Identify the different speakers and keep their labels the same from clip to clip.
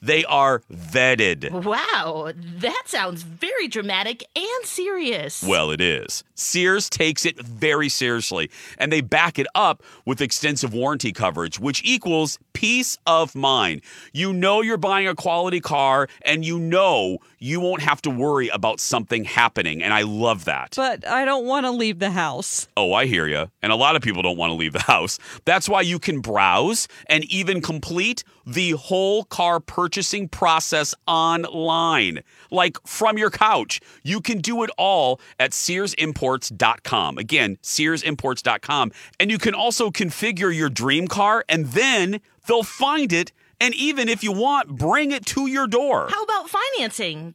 Speaker 1: they are vetted.
Speaker 2: Wow, that sounds very dramatic and serious.
Speaker 1: Well, it is. Sears takes it very seriously, and they back it up with extensive warranty coverage, which equals peace of mind. You know you're buying a quality car, and you know you won't have to worry about something happening, and I love that.
Speaker 3: But I don't want to leave the house.
Speaker 1: Oh, I hear you. And a lot of people don't want to leave the house. That's why you can browse and even complete the whole car purchasing process online, like from your couch. You can do it all at SearsImports.com. Again, SearsImports.com. And you can also configure your dream car, and then they'll find it. And even if you want, bring it to your door.
Speaker 2: How about financing?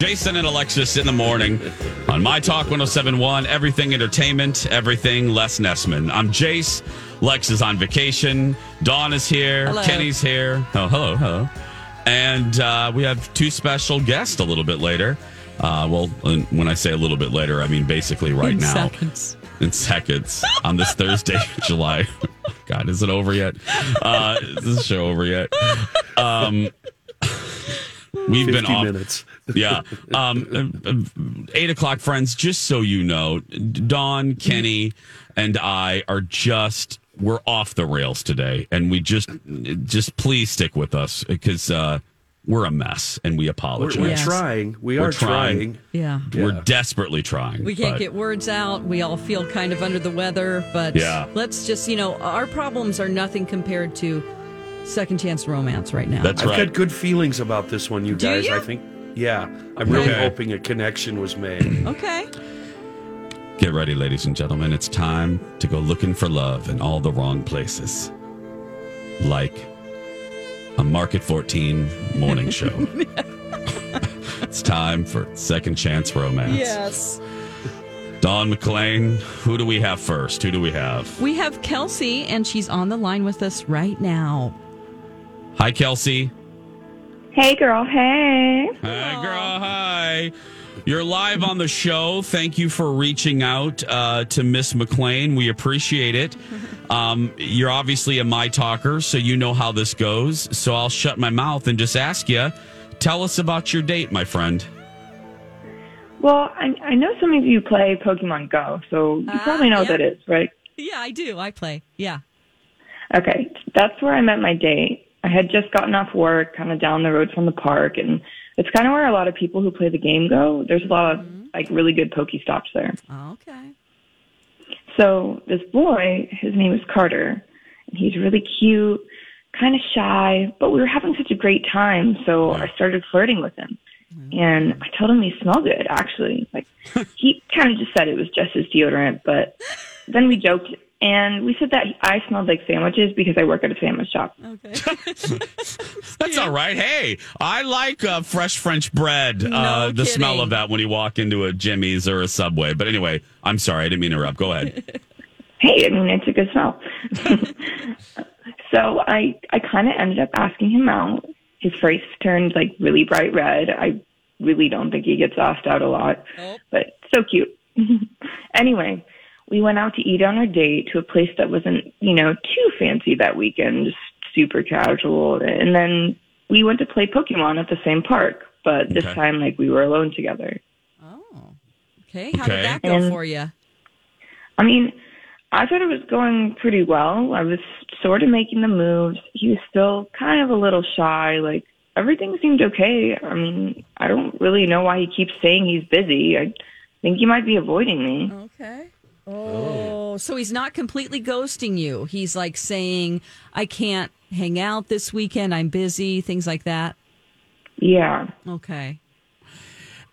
Speaker 1: Jason and Alexis in the morning on My Talk 1071, everything entertainment, everything Les Nessman. I'm Jace. Lex is on vacation. Dawn is here.
Speaker 3: Hello.
Speaker 1: Kenny's here. Oh, hello, hello. And uh, we have two special guests a little bit later. Uh, well, and when I say a little bit later, I mean basically right
Speaker 3: In
Speaker 1: now
Speaker 3: seconds.
Speaker 1: in seconds on this Thursday, July. God, is it over yet? Uh, is this show over yet? Um, we've been
Speaker 4: 50
Speaker 1: off.
Speaker 4: minutes.
Speaker 1: Yeah. Um, uh, uh, eight o'clock, friends, just so you know, Don, Kenny, and I are just. We're off the rails today, and we just, just please stick with us because uh, we're a mess, and we
Speaker 4: We're,
Speaker 1: apologize.
Speaker 4: we're
Speaker 3: Yes.
Speaker 4: trying. We
Speaker 1: We're
Speaker 4: are
Speaker 1: trying.
Speaker 4: trying.
Speaker 3: Yeah.
Speaker 1: We're
Speaker 4: Yeah.
Speaker 1: desperately trying.
Speaker 3: We can't
Speaker 1: but-
Speaker 3: get words out. We all feel kind of under the weather, but
Speaker 1: Yeah.
Speaker 3: let's just, you know, our problems are nothing compared to second chance romance right now.
Speaker 1: That's
Speaker 4: I've
Speaker 1: right.
Speaker 4: got good feelings about this one, you
Speaker 3: Do
Speaker 4: guys.
Speaker 3: you?
Speaker 4: I think. Yeah, I'm really
Speaker 1: Okay.
Speaker 4: hoping a connection was made.
Speaker 3: okay.
Speaker 1: Get ready, ladies and gentlemen. It's time to go looking for love in all the wrong places. Like a Market 14 morning show. it's time for Second Chance Romance.
Speaker 3: Yes.
Speaker 1: Dawn McLean, who do we have first? Who do we have?
Speaker 3: We have Kelsey, and she's on the line with us right now.
Speaker 1: Hi, Kelsey.
Speaker 5: Hey, girl. Hey.
Speaker 1: Hi, girl. Hi. You're live on the show. Thank you for reaching out uh, to Miss McLean. We appreciate it. Um, you're obviously a my talker, so you know how this goes. So I'll shut my mouth and just ask you. Tell us about your date, my friend.
Speaker 5: Well, I, I know some of you play Pokemon Go, so you probably know what
Speaker 3: Uh, yeah.
Speaker 5: that is, right?
Speaker 3: Yeah, I do. I play. Yeah.
Speaker 5: Okay, that's where I met my date. I had just gotten off work, kind of down the road from the park, and it's kind of where a lot of people who play the game go. There's a lot of like really good Pokestops there.
Speaker 3: Mm-hmm. Oh, Okay.
Speaker 5: So this boy, his name is Carter, and he's really cute, kind of shy, but we were having such a great time, so I started flirting with him. Mm-hmm. And I told him he smelled good, actually. Like he kind of just said it was just his deodorant, but then we joked and we said that I smelled like sandwiches because I work at a sandwich shop.
Speaker 3: Okay.
Speaker 1: That's all right. Hey, I like uh, fresh French bread. uh, the
Speaker 3: kidding.
Speaker 1: smell of that when you walk into a Jimmy's or a Subway. But anyway, I'm sorry. I didn't mean to interrupt. Go ahead.
Speaker 5: hey, I mean, it's a good smell. so I, I kind of ended up asking him out. His face turned like really bright red. I really don't think he gets asked out a lot,
Speaker 3: Oh.
Speaker 5: but so cute. anyway, we went out to eat on our date to a place that wasn't, you know, too fancy that weekend, just super casual. And then we went to play Pokemon at the same park, but this
Speaker 1: Okay.
Speaker 5: time like we were alone together.
Speaker 3: Oh. Okay. How
Speaker 1: Okay.
Speaker 3: did that go
Speaker 5: And-
Speaker 3: for you?
Speaker 5: I mean, I thought it was going pretty well. I was sort of making the moves. He was still kind of a little shy. Like everything seemed okay. I mean, I don't really know why he keeps saying he's busy. I think he might be avoiding me.
Speaker 3: Okay. Oh. So he's not completely ghosting you. He's like saying, I can't hang out this weekend. I'm busy, things like that.
Speaker 5: Yeah.
Speaker 3: Okay.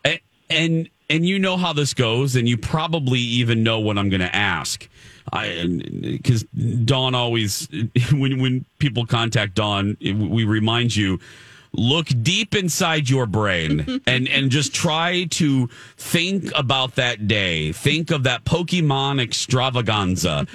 Speaker 1: and, and and you know how this goes, and you probably even know what I'm going to ask. I because Dawn always when when people contact Dawn, we remind you look deep inside your brain and and just try to think about that day think of that pokemon extravaganza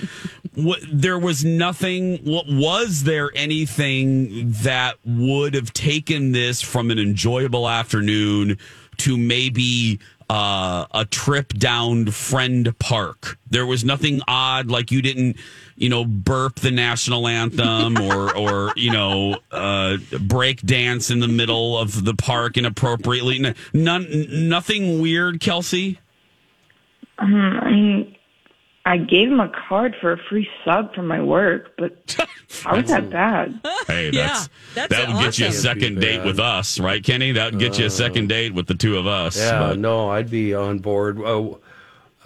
Speaker 1: what there was nothing what was there anything that would have taken this from an enjoyable afternoon to maybe uh, a trip down Friend Park. There was nothing odd, like you didn't, you know, burp the national anthem or, or you know, uh, break dance in the middle of the park inappropriately. N- None, nothing weird, Kelsey.
Speaker 5: Um, I mean, I gave him a card for a free sub from my work, but how was that bad?
Speaker 1: Hey,
Speaker 3: Yeah,
Speaker 1: that's,
Speaker 3: that's
Speaker 1: that would get you a
Speaker 3: awesome.
Speaker 1: second
Speaker 4: Can't be
Speaker 1: date
Speaker 4: bad. Uh,
Speaker 1: with us, right, Kenny? That would get you a second date with the two of us.
Speaker 4: Yeah,
Speaker 1: But-
Speaker 4: no, I'd be on board. Oh,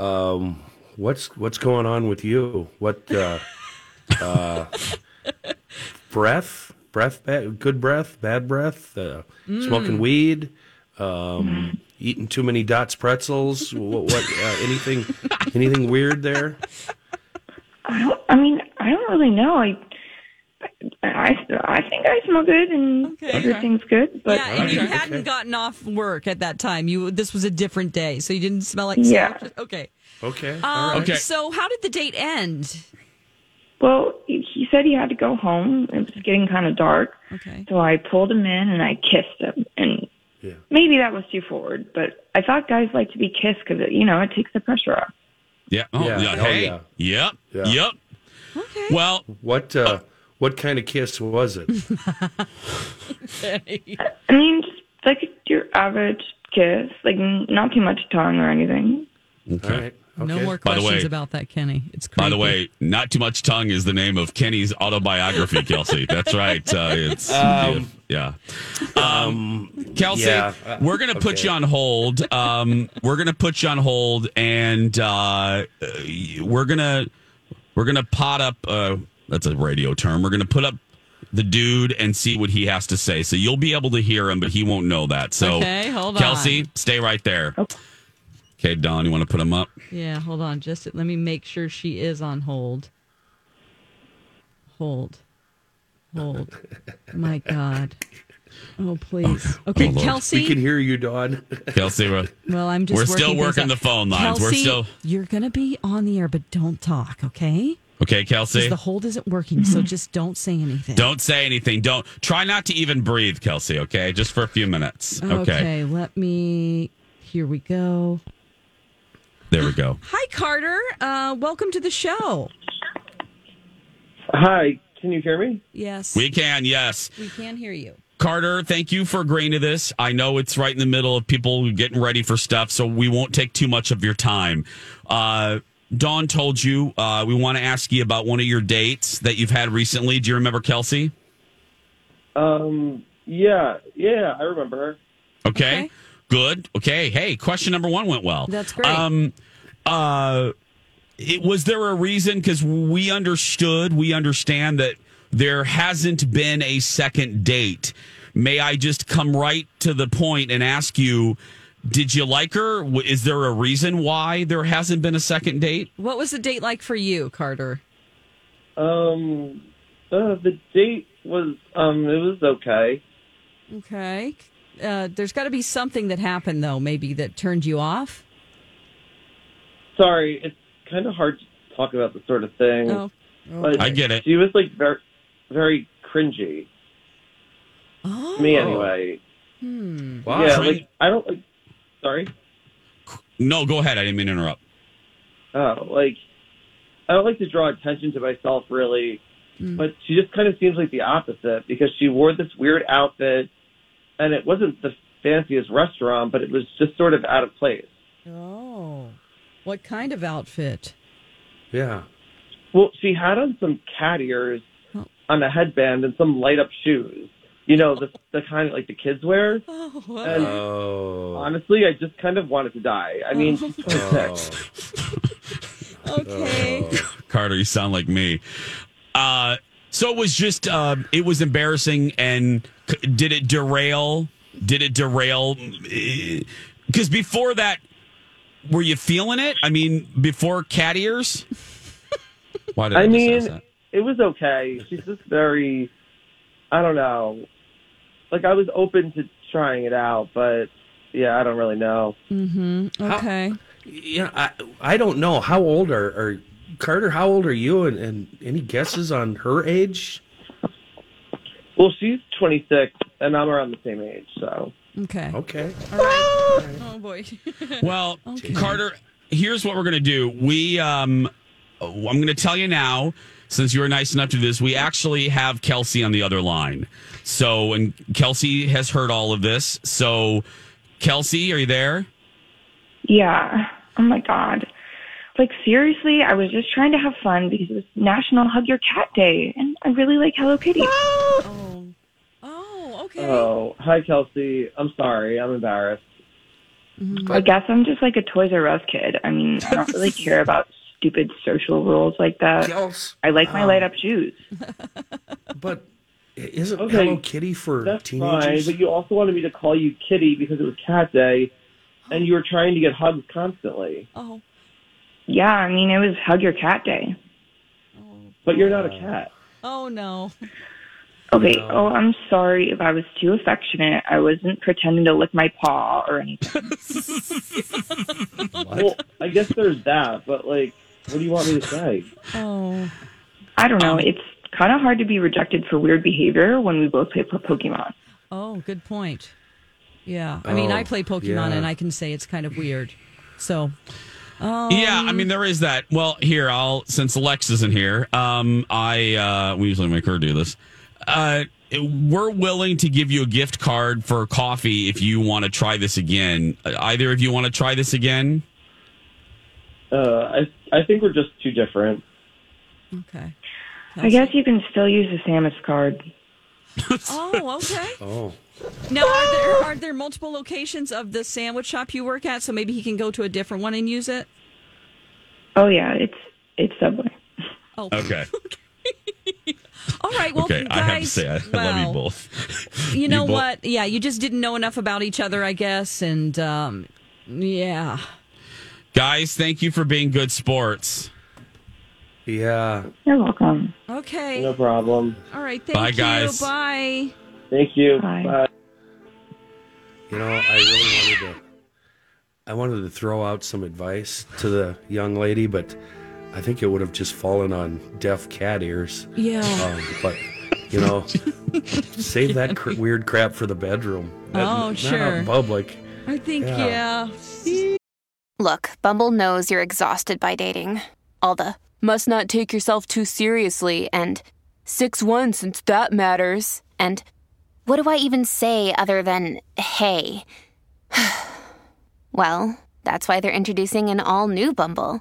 Speaker 4: um, what's what's going on with you? What uh, uh, breath? Breath? Bad, good breath? Bad breath? Uh,
Speaker 3: Mm.
Speaker 4: Smoking weed? Um, eating too many Dots pretzels? what? what uh, anything? Anything weird there?
Speaker 5: I don't, I mean, I don't really know. I, I, I think I smell good and
Speaker 3: Okay.
Speaker 5: everything's good, but
Speaker 3: yeah, and you
Speaker 4: Okay.
Speaker 3: hadn't gotten off work at that time. You this was a different day, so you didn't smell like
Speaker 5: Yeah.
Speaker 3: sandwiches. Okay.
Speaker 4: Okay. all
Speaker 3: Um,
Speaker 4: right.
Speaker 1: Okay.
Speaker 3: So how did the date end?
Speaker 5: Well, he said he had to go home. It was getting kind of dark.
Speaker 3: Okay.
Speaker 5: So I pulled him in and I kissed him. And
Speaker 4: Yeah.
Speaker 5: maybe that was too forward, but I thought guys like to be kissed because, you know, it takes the pressure off.
Speaker 1: yeah. Oh,
Speaker 4: Yeah,
Speaker 1: yeah.
Speaker 4: hell
Speaker 1: Hey.
Speaker 4: yeah.
Speaker 1: Yep.
Speaker 4: Yeah.
Speaker 1: Yep.
Speaker 3: Okay.
Speaker 1: Well,
Speaker 4: What? Uh, what kind of kiss was it?
Speaker 5: I mean, just like your average kiss, like n- not too much tongue or anything.
Speaker 4: All right. Okay.
Speaker 3: No more
Speaker 1: By the
Speaker 3: questions
Speaker 1: way-
Speaker 3: about that, Kenny. It's creepy.
Speaker 1: By the way, not too much tongue is the name of Kenny's autobiography, Kelsey. That's right. Uh, it's yeah. Um, Kelsey,
Speaker 4: yeah, uh,
Speaker 1: we're gonna put
Speaker 4: okay.
Speaker 1: you on hold. Um, we're gonna put you on hold, and uh, uh, we're gonna we're gonna pot up. Uh, that's a radio term. We're gonna put up the dude and see what he has to say. So you'll be able to hear him, but he won't know that. So
Speaker 3: Okay, hold on.
Speaker 1: Kelsey, stay right there. Okay, Don, you want to put him up?
Speaker 3: yeah, hold on. Just let me make sure she is on hold. Hold. Hold. My God. Oh please. Okay,
Speaker 1: Oh, Lord.
Speaker 3: Kelsey.
Speaker 4: We can hear you, Don.
Speaker 1: Kelsey, we're-
Speaker 3: Well, I'm just.
Speaker 1: We're still
Speaker 3: things
Speaker 1: working
Speaker 3: out.
Speaker 1: the phone lines. We're
Speaker 3: Kelsey,
Speaker 1: still-
Speaker 3: You're gonna be on the air, but don't talk, okay?
Speaker 1: okay,
Speaker 3: Because
Speaker 1: Kelsey. Mm-hmm.
Speaker 3: the hold isn't working, so just don't say anything.
Speaker 1: Don't say anything. Don't try not to even breathe, Kelsey. Okay, just for a few minutes. Okay.
Speaker 3: Okay. Let me
Speaker 6: Here we go.
Speaker 7: There we go.
Speaker 3: Hi, Carter. Uh, welcome to the show.
Speaker 8: Hi, can you hear me?
Speaker 3: Yes,
Speaker 1: We can, yes.
Speaker 3: we can hear you.
Speaker 1: Carter, thank you for agreeing to this. I know it's right in the middle of people getting ready for stuff, so we won't take too much of your time. Uh, Dawn told you uh, we want to ask you about one of your dates that you've had recently. Do you remember Kelsey?
Speaker 8: Um, yeah, yeah, I remember her.
Speaker 1: Okay.
Speaker 3: Okay.
Speaker 1: Good. Okay. Hey, question number one went well.
Speaker 3: That's great.
Speaker 1: Um, uh, it, was there a reason? Because we understood, we understand that there hasn't been a second date. May I just come right to the point and ask you, did you like her? W- Is there a reason why there hasn't been a second date?
Speaker 3: What was the date like for you, Carter?
Speaker 8: Um, uh, the date was um, it was okay.
Speaker 3: Okay. Uh, there's got to be something that happened, though, maybe that turned you off.
Speaker 8: Sorry, it's kind of hard to talk about this sort of thing.
Speaker 3: Oh,
Speaker 8: But
Speaker 1: I get it.
Speaker 8: She was like very, very cringy.
Speaker 3: oh. Hmm.
Speaker 8: to Me anyway.
Speaker 4: Wow.
Speaker 8: Yeah,
Speaker 1: Cringe-
Speaker 8: like I don't like. Sorry.
Speaker 1: No, go ahead. I didn't mean to interrupt.
Speaker 8: Oh, like I don't like to draw attention to myself really,
Speaker 3: Mm.
Speaker 8: but she just kind of seems like the opposite because she wore this weird outfit, and it wasn't the fanciest restaurant, but it was just sort of out of place.
Speaker 6: Oh.
Speaker 3: What kind of outfit?
Speaker 4: Yeah.
Speaker 8: Well, she had on some cat ears
Speaker 3: Oh.
Speaker 8: on a headband and some light up shoes. You know, the the kind like the kids wear.
Speaker 3: Oh,
Speaker 8: And
Speaker 4: Oh.
Speaker 8: honestly, I just kind of wanted to die. I mean, she's 26.
Speaker 4: Oh.
Speaker 3: okay.
Speaker 1: Oh. Carter, you sound like me. Uh, so it was just, uh, it was embarrassing. And c- did it derail? Did it derail? Because before that, were you feeling it? I mean, before cat ears? Why did
Speaker 8: I
Speaker 1: just
Speaker 8: mean,
Speaker 1: ask that?
Speaker 8: it was okay. She's just very, I don't know. Like I was open to trying it out, but yeah, I don't really know.
Speaker 3: Mm, Mm-hmm. Okay.
Speaker 4: Yeah, I, I don't know. How old are, are Carter? How old are you? And, and any guesses on her age?
Speaker 8: Well, she's 26 and I'm around the same age, so
Speaker 3: Okay.
Speaker 4: Okay.
Speaker 3: All right. Oh, boy.
Speaker 1: Well, Carter, here's what we're going to do. We, um, I'm going to tell you now, since you were nice enough to do this, we actually have Kelsey on the other line. So, and Kelsey has heard all of this. So, Kelsey, are you there?
Speaker 5: Yeah. Oh my God. Like seriously, I was just trying to have fun because it was National Hug Your Cat Day and I really like Hello Kitty.
Speaker 3: Oh. Oh, okay.
Speaker 8: oh, hi Kelsey. I'm sorry. I'm embarrassed.
Speaker 4: Mm-hmm.
Speaker 5: I guess I'm just like a Toys R Us kid. I mean, I don't really care about stupid social rules like that.
Speaker 4: Kels,
Speaker 5: I like my light up shoes.
Speaker 4: but isn't
Speaker 8: Okay,
Speaker 4: Hello Kitty for
Speaker 8: That's fine,
Speaker 4: teenagers?
Speaker 8: but you also wanted me to call you Kitty because it was Cat Day and you were trying to get hugs constantly.
Speaker 3: Oh.
Speaker 5: Yeah, I mean, it was Hug Your Cat Day.
Speaker 8: But you're not a cat.
Speaker 3: Oh, no.
Speaker 5: Okay. Oh, I'm sorry if I was too affectionate. I wasn't pretending to lick my paw or anything.
Speaker 8: Well, I guess there's that, but like what do you want me to say?
Speaker 3: Oh.
Speaker 5: I don't know. It's kind of hard to be rejected for weird behavior when we both play po- Pokemon.
Speaker 3: Oh, good point. Yeah. I mean,
Speaker 4: Oh,
Speaker 3: I play Pokemon
Speaker 4: yeah.
Speaker 3: and I can say it's kind of weird. So,
Speaker 1: yeah,
Speaker 3: Um,
Speaker 1: I mean, there is that. Well, here, I'll, since Lex isn't here, um, I, uh, we usually make her do this. Uh, we're willing to give you a gift card for coffee if you want to try this again. Either of you want to try this again?
Speaker 8: Uh, I I think we're just too different.
Speaker 3: okay.
Speaker 5: I guess you can still use the Samus card.
Speaker 3: Oh, okay.
Speaker 4: oh,
Speaker 3: Now, are there are there multiple locations of the sandwich shop you work at? So maybe he can go to a different one and use it.
Speaker 5: Oh yeah, it's it's Subway.
Speaker 3: Oh,
Speaker 1: Okay.
Speaker 3: all right. Well,
Speaker 7: okay,
Speaker 3: guys,
Speaker 7: I have to say, I love
Speaker 3: wow.
Speaker 7: you both.
Speaker 3: You know
Speaker 7: both-
Speaker 3: what? Yeah, you just didn't know enough about each other, I guess, and um, yeah.
Speaker 1: Guys, thank you for being good sports.
Speaker 4: yeah.
Speaker 5: You're welcome.
Speaker 3: Okay.
Speaker 8: No problem.
Speaker 3: All right. Thank
Speaker 1: Bye,
Speaker 3: you.
Speaker 1: guys.
Speaker 3: Bye.
Speaker 8: Thank you.
Speaker 5: Bye.
Speaker 4: You know, I really wanted to. I wanted to throw out some advice to the young lady, but I think it would have just fallen on deaf cat ears.
Speaker 3: Yeah.
Speaker 4: Um, but you know, save that cr- weird crap for the bedroom. That-
Speaker 3: Oh,
Speaker 4: not out
Speaker 3: sure.
Speaker 4: in public.
Speaker 3: I think,
Speaker 9: Yeah.
Speaker 3: yeah.
Speaker 9: Look, Bumble knows you're exhausted by dating. All the must not take yourself too seriously and 6 1 since that matters. And what do I even say other than hey? well, that's why they're introducing an all new Bumble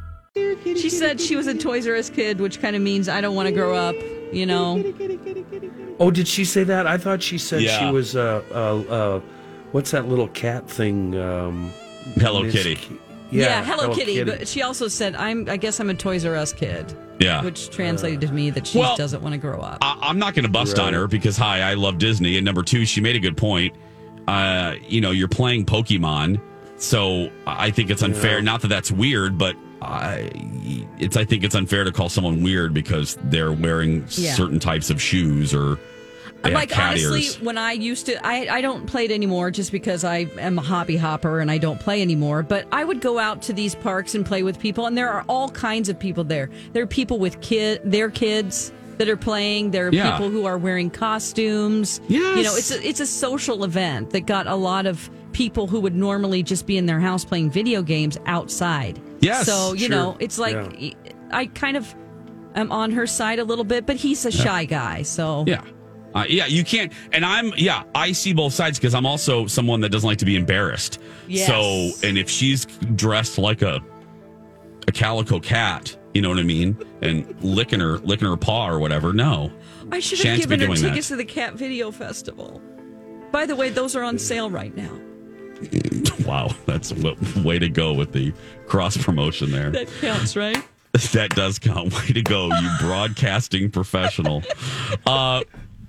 Speaker 3: She said she was a Toys R Us kid, which kind of means I don't want to grow up, you know?
Speaker 4: Oh, did she say that? I thought she said
Speaker 1: Yeah.
Speaker 4: she was uh, uh, uh, what's that little cat thing? Um,
Speaker 1: Hello
Speaker 4: Miss
Speaker 1: Kitty.
Speaker 4: Ki-
Speaker 3: Yeah, Hello, Kitty, But she also said, "I'm. I guess I'm a Toys R Us kid."
Speaker 1: Yeah.
Speaker 3: which translated to me that she
Speaker 1: Well-
Speaker 3: doesn't want to grow up.
Speaker 1: I, I'm not going to bust on her because hi, I love Disney, and number two, she made a good point. Uh, you know, you're playing Pokemon, so I think it's unfair.
Speaker 4: Yeah.
Speaker 1: Not that that's weird, but I, it's I think it's unfair to call someone weird because they're wearing
Speaker 3: Yeah.
Speaker 1: certain types of shoes or they
Speaker 3: like
Speaker 1: have cat
Speaker 3: honestly,
Speaker 1: ears.
Speaker 3: when I used to, I I don't play it anymore just because I am a hobby hopper and I don't play anymore. But I would go out to these parks and play with people, and there are all kinds of people there. There are people with kid, their kids that are playing. There are
Speaker 10: Yeah.
Speaker 3: people who are wearing costumes. you know, it's a, it's a social event that got a lot of people who would normally just be in their house playing video games outside.
Speaker 10: Yes,
Speaker 3: so you
Speaker 10: sure.
Speaker 3: know, it's like
Speaker 10: Yeah.
Speaker 3: I kind of am on her side a little bit, but he's a
Speaker 1: Yeah.
Speaker 3: shy guy, so
Speaker 1: Yeah. Uh, yeah, you can't. And I'm, yeah, I see both sides because I'm also someone that doesn't like to be embarrassed.
Speaker 3: Yes.
Speaker 1: So, and if she's dressed like a a calico cat, you know what I mean, and licking her, licking her paw or whatever, no.
Speaker 3: I should
Speaker 1: Shan't
Speaker 3: have
Speaker 1: be
Speaker 3: given her
Speaker 1: doing that.
Speaker 3: tickets to the Cat Video Festival. By the way, those are on sale right now.
Speaker 1: Wow, that's a w- way to go with the cross promotion there.
Speaker 3: That counts, right?
Speaker 1: That does count. Way to go, you broadcasting professional. Uh,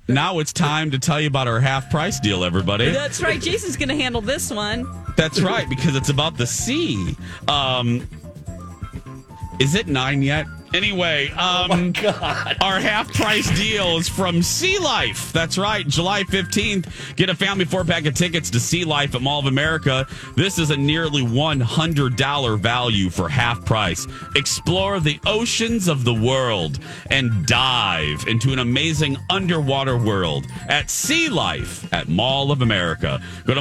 Speaker 1: now it's time to tell you about our half price deal, everybody.
Speaker 3: That's right. Jason's going to handle this one.
Speaker 1: That's right, because it's about the sea. Um, is it nine yet? Anyway, um, our half price deal is from Sea Life. That's right, July 15th. Get a family four pack of tickets to Sea Life at Mall of America. This is a nearly $100 value for half price. Explore the oceans of the world and dive into an amazing underwater world at Sea Life at Mall of America. Go to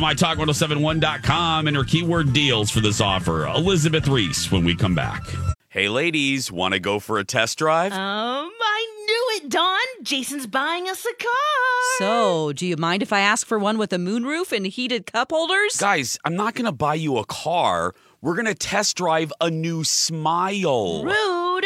Speaker 1: mytalk1071.com and enter keyword deals for this offer. Elizabeth Reese when we come back.
Speaker 11: Hey, ladies, want to go for a test
Speaker 3: Uh,
Speaker 11: drive?
Speaker 2: Um, I knew it, Don. Jason's buying us a car.
Speaker 3: So, do you mind if I ask for one with a moonroof and heated cup holders?
Speaker 11: Guys, I'm not going to buy you a car. We're going to test drive a new smile.
Speaker 2: Rude.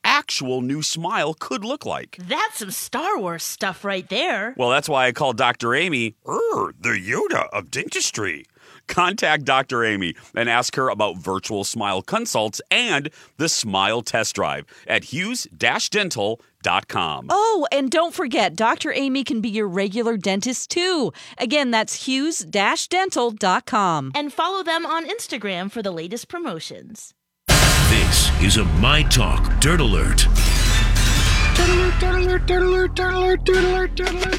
Speaker 11: actual new smile could look like.
Speaker 2: That's some Star Wars stuff right there.
Speaker 11: Well, that's why I call Dr. Amy er, the Yoda of dentistry. Contact Dr. Amy and ask her about virtual smile consults and the smile test drive at hughes-dental.com.
Speaker 3: Oh, and don't forget, Dr. Amy can be your regular dentist too. Again, that's hughes-dental.com.
Speaker 2: And follow them on Instagram for the latest promotions.
Speaker 12: This is a My Talk Dirt Alert.
Speaker 13: Diddler, diddler, diddler, diddler, diddler, diddler.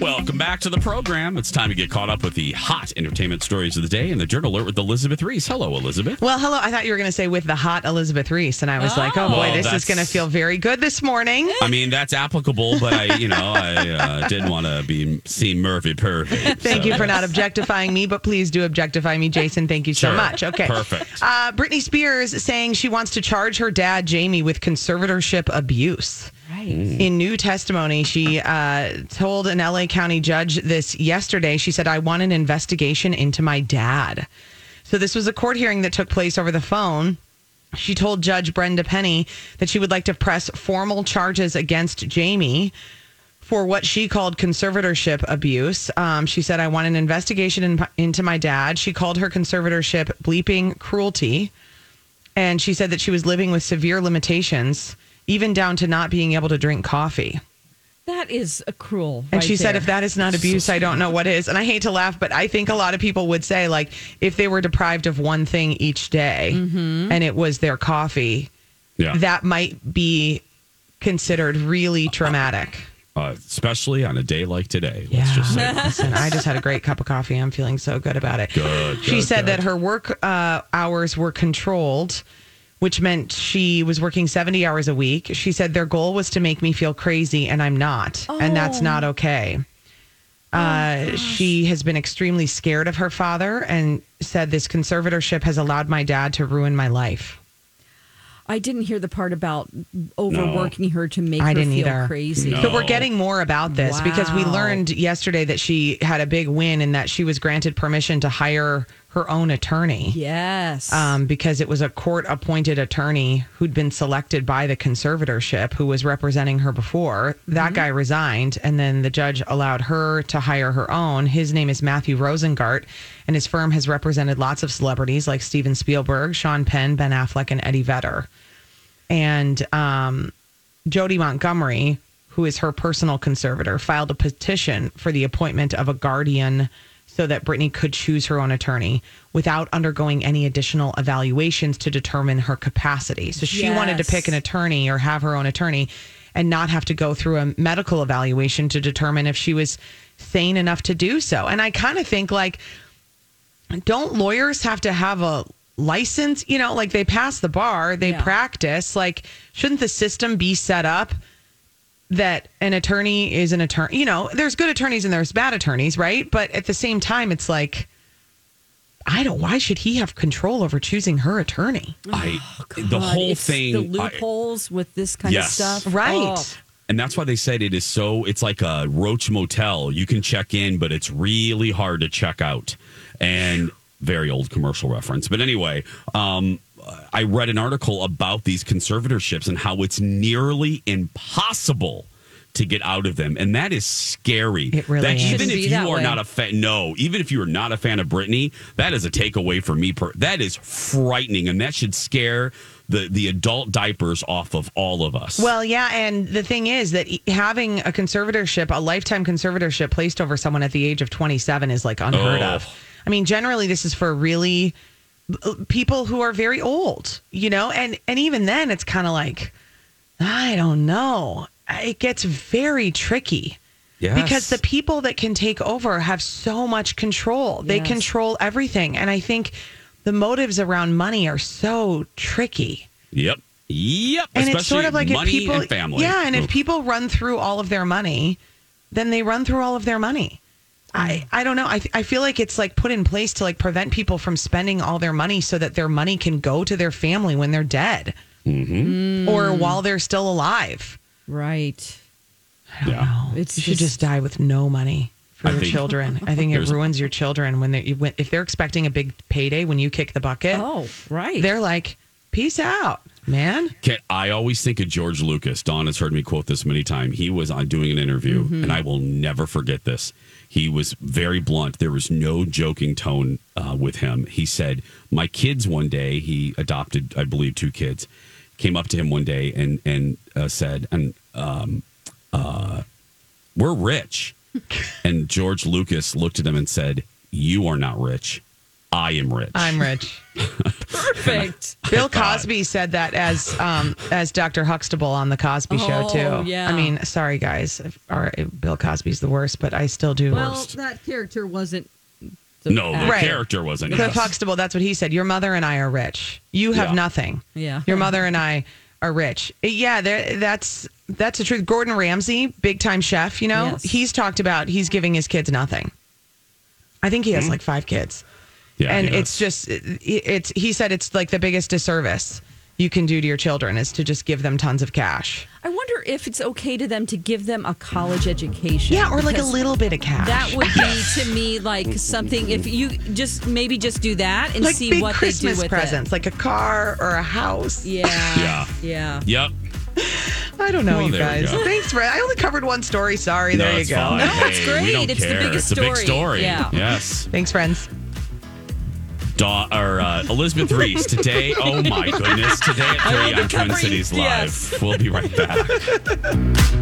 Speaker 1: Welcome back to the program. It's time to get caught up with the hot entertainment stories of the day and the Dirt Alert with Elizabeth Reese. Hello, Elizabeth.
Speaker 10: Well, hello. I thought you were going to say with the hot Elizabeth Reese, and I was like, oh boy,
Speaker 1: Well,
Speaker 10: this is
Speaker 1: that's-
Speaker 10: going to feel very good this morning.
Speaker 1: I mean, that's applicable, but I, you know, I uh, did want to be seen Murphy perfect.
Speaker 10: Thank
Speaker 1: so-
Speaker 10: you for not objectifying me, but please do objectify me, Jason. Thank you so
Speaker 1: Sure.
Speaker 10: much. Okay.
Speaker 1: Perfect.
Speaker 10: Uh, Britney Spears saying she wants to charge her dad, Jamie, with conservatorship abuse. Right.
Speaker 1: Mm.
Speaker 10: In new testimony, she uh, told an LA County judge this yesterday. She said, I want an investigation into my dad. So this was a court hearing that took place over the phone. She told Judge Brenda Penny that she would like to press formal charges against Jamie for what she called conservatorship abuse. Um, she said, I want an investigation in, into my dad. She called her conservatorship bleeping cruelty. And she said that she was living with severe limitations, even down to not being able to drink coffee.
Speaker 3: That is a cruel.
Speaker 10: And
Speaker 3: right
Speaker 10: she said,
Speaker 3: there.
Speaker 10: if that is not abuse, I don't know what is. And I hate to laugh, but I think a lot of people would say, like, if they were deprived of one thing each day
Speaker 3: Mhm.
Speaker 10: and it was their coffee,
Speaker 1: Yeah.
Speaker 10: that might be considered really traumatic.
Speaker 1: Uh, especially on a day like today. Let's just say.
Speaker 10: Listen, I just had a great cup of coffee. I'm feeling so Oh, good about it.
Speaker 1: Good.
Speaker 10: She
Speaker 1: good,
Speaker 10: said
Speaker 1: good.
Speaker 10: that her work uh, hours were controlled, which meant she was working 70 hours a week. She said their goal was to make me feel crazy, and I'm not. And that's
Speaker 13: Oh.
Speaker 10: not okay. Uh, she has been extremely scared of her father and said this conservatorship has allowed my dad to ruin my life.
Speaker 3: I didn't hear the part about overworking her to make
Speaker 10: I
Speaker 3: her
Speaker 10: didn't
Speaker 3: feel
Speaker 10: either.
Speaker 3: crazy.
Speaker 10: So we're getting more about this because we
Speaker 3: Wow.
Speaker 10: learned yesterday that she had a big win and that she was granted permission to hire her own attorney.
Speaker 3: Yes.
Speaker 10: Um, because it was a court appointed attorney who'd been selected by the conservatorship who was representing her before. That
Speaker 3: Mm-hmm.
Speaker 10: guy resigned, and then the judge allowed her to hire her own. His name is Matthew Rosengart, and his firm has represented lots of celebrities like Steven Spielberg, Sean Penn, Ben Affleck, and Eddie Vedder. And um, Jody Montgomery, who is her personal conservator, filed a petition for the appointment of a guardian so that Brittany could choose her own attorney without undergoing any additional evaluations to determine her capacity. So she wanted to
Speaker 3: Yes.
Speaker 10: pick an attorney or have her own attorney and not have to go through a medical evaluation to determine if she was sane enough to do so. And I kind of think like, don't lawyers have to have a license? You know, like they pass the bar, they practice. Like, shouldn't the system be set up that an attorney is an attorney? You know, there's good attorneys and there's bad attorneys, right? But at the same time, it's like, I don't. Why should he have control over choosing her attorney?
Speaker 1: I, the
Speaker 3: Oh, God,
Speaker 1: whole
Speaker 3: it's
Speaker 1: thing.
Speaker 3: the
Speaker 1: I-
Speaker 3: loopholes with this kind
Speaker 1: Yes.
Speaker 3: of stuff, Oh.
Speaker 10: Right.
Speaker 1: And that's why they said it is so, it's like a roach motel. You can check in, but it's really hard to check out. And very old commercial reference. But anyway, um, I read an article about these conservatorships and how it's nearly impossible to get out of them. And that is scary. It
Speaker 10: really
Speaker 1: that
Speaker 10: is.
Speaker 1: even
Speaker 10: Shouldn't
Speaker 1: if
Speaker 10: be
Speaker 1: you
Speaker 10: that
Speaker 1: are
Speaker 10: way.
Speaker 1: not a fan, no, even if you are not a fan of Britney, that is a takeaway for me. Per- that is frightening. And that should scare the, the adult diapers off of all of us.
Speaker 10: Well, yeah, and the thing is that e- having a conservatorship, a lifetime conservatorship placed over someone at the age of 27 is like unheard
Speaker 1: Oh.
Speaker 10: of. I mean, generally this is for really uh, people who are very old, you know, and and even then it's kind of like I don't know. It gets very tricky.
Speaker 14: Yes.
Speaker 10: Because the people that can take over have so much control. They
Speaker 14: Yes.
Speaker 10: control everything. And I think the motives around money are so tricky
Speaker 1: Yep. Yep.
Speaker 10: and
Speaker 1: Especially
Speaker 10: it's sort of like
Speaker 1: money
Speaker 10: if people,
Speaker 1: and family.
Speaker 10: yeah, and if
Speaker 1: Oof.
Speaker 10: people run through all of their money, then they run through all of their money.
Speaker 1: Mm.
Speaker 10: I, I don't know. I, I feel like it's like put in place to like prevent people from spending all their money so that their money can go to their family when they're dead
Speaker 1: Mm-hmm.
Speaker 10: Mm. or while they're still alive.
Speaker 3: Right.
Speaker 10: I don't know.
Speaker 3: It's
Speaker 10: you should
Speaker 3: just-
Speaker 10: just, die with no money for
Speaker 3: I
Speaker 10: your
Speaker 3: think-
Speaker 10: children. I think it
Speaker 3: There's-
Speaker 10: ruins your children when they you- when- if they're expecting a big payday when you kick the bucket.
Speaker 3: Oh, right.
Speaker 10: They're like, peace out, man.
Speaker 1: Okay, I always think of George Lucas. Don has heard me quote this many times. He was on doing an interview,
Speaker 10: Mhm.
Speaker 1: and I will never forget this. He was very blunt. There was no joking tone uh, with him. He said, "My kids." One day, he adopted, I believe, two kids. Came up to him one day and and uh, said, "And um, uh, we're rich." and George Lucas looked at him and said, "You are not rich. I am rich.
Speaker 10: I'm rich.
Speaker 3: Perfect.
Speaker 10: Bill Cosby said that as um, as Dr. Huxtable on the Cosby Show
Speaker 3: Oh,
Speaker 10: too.
Speaker 3: yeah.
Speaker 10: I mean, sorry guys, if- or if Bill Cosby's the worst, but I still do
Speaker 3: well,
Speaker 10: worst.
Speaker 3: that character wasn't.
Speaker 1: No, the
Speaker 10: Right.
Speaker 1: character wasn't.
Speaker 10: Cliff
Speaker 1: yes.
Speaker 10: Huxtable, that's what he said. Your mother and I are rich. You have
Speaker 1: Yeah.
Speaker 10: nothing.
Speaker 3: Yeah.
Speaker 10: Your mother and I are rich. Eh, Yeah, there- that's that's the truth. Gordon Ramsay, big time chef, you know,
Speaker 3: Yes.
Speaker 10: he's talked about he's giving his kids nothing. I think he has
Speaker 3: Mhm.
Speaker 10: like five kids.
Speaker 1: Hmm. Yeah,
Speaker 10: and
Speaker 1: he does.
Speaker 10: it's just it- it's he said it's like the biggest disservice you can do to your children is to just give them tons of cash.
Speaker 3: I wonder if it's okay to them to give them a college education.
Speaker 10: Yeah, or like a
Speaker 3: Because
Speaker 10: little bit of cash.
Speaker 3: That would be to me like something. If you just maybe just do that and
Speaker 10: like
Speaker 3: see
Speaker 10: big
Speaker 3: what
Speaker 10: Christmas
Speaker 3: they do with
Speaker 10: presents,
Speaker 3: it.
Speaker 10: like a car or a house.
Speaker 3: Yeah.
Speaker 1: Yeah.
Speaker 3: Yeah.
Speaker 1: Yep.
Speaker 10: I don't know,
Speaker 1: Well,
Speaker 10: you
Speaker 1: Oh, there we
Speaker 10: guys.
Speaker 1: go.
Speaker 10: Thanks, Brad. I only covered one story. Sorry.
Speaker 1: No,
Speaker 10: there you
Speaker 1: it's
Speaker 10: go.
Speaker 1: fine.
Speaker 10: No,
Speaker 1: Hey,
Speaker 10: it's
Speaker 1: We
Speaker 10: great.
Speaker 1: don't
Speaker 10: It's the
Speaker 1: care. It's
Speaker 10: biggest
Speaker 1: a big
Speaker 10: story.
Speaker 1: story.
Speaker 10: Yeah.
Speaker 1: Yes.
Speaker 10: Thanks, friends.
Speaker 1: Da- or uh, Elizabeth Reese today. Oh my goodness! Today at
Speaker 10: I
Speaker 1: three
Speaker 10: love the
Speaker 1: on Twin
Speaker 10: covering,
Speaker 1: Cities Live.
Speaker 10: yes.
Speaker 1: We'll be right back.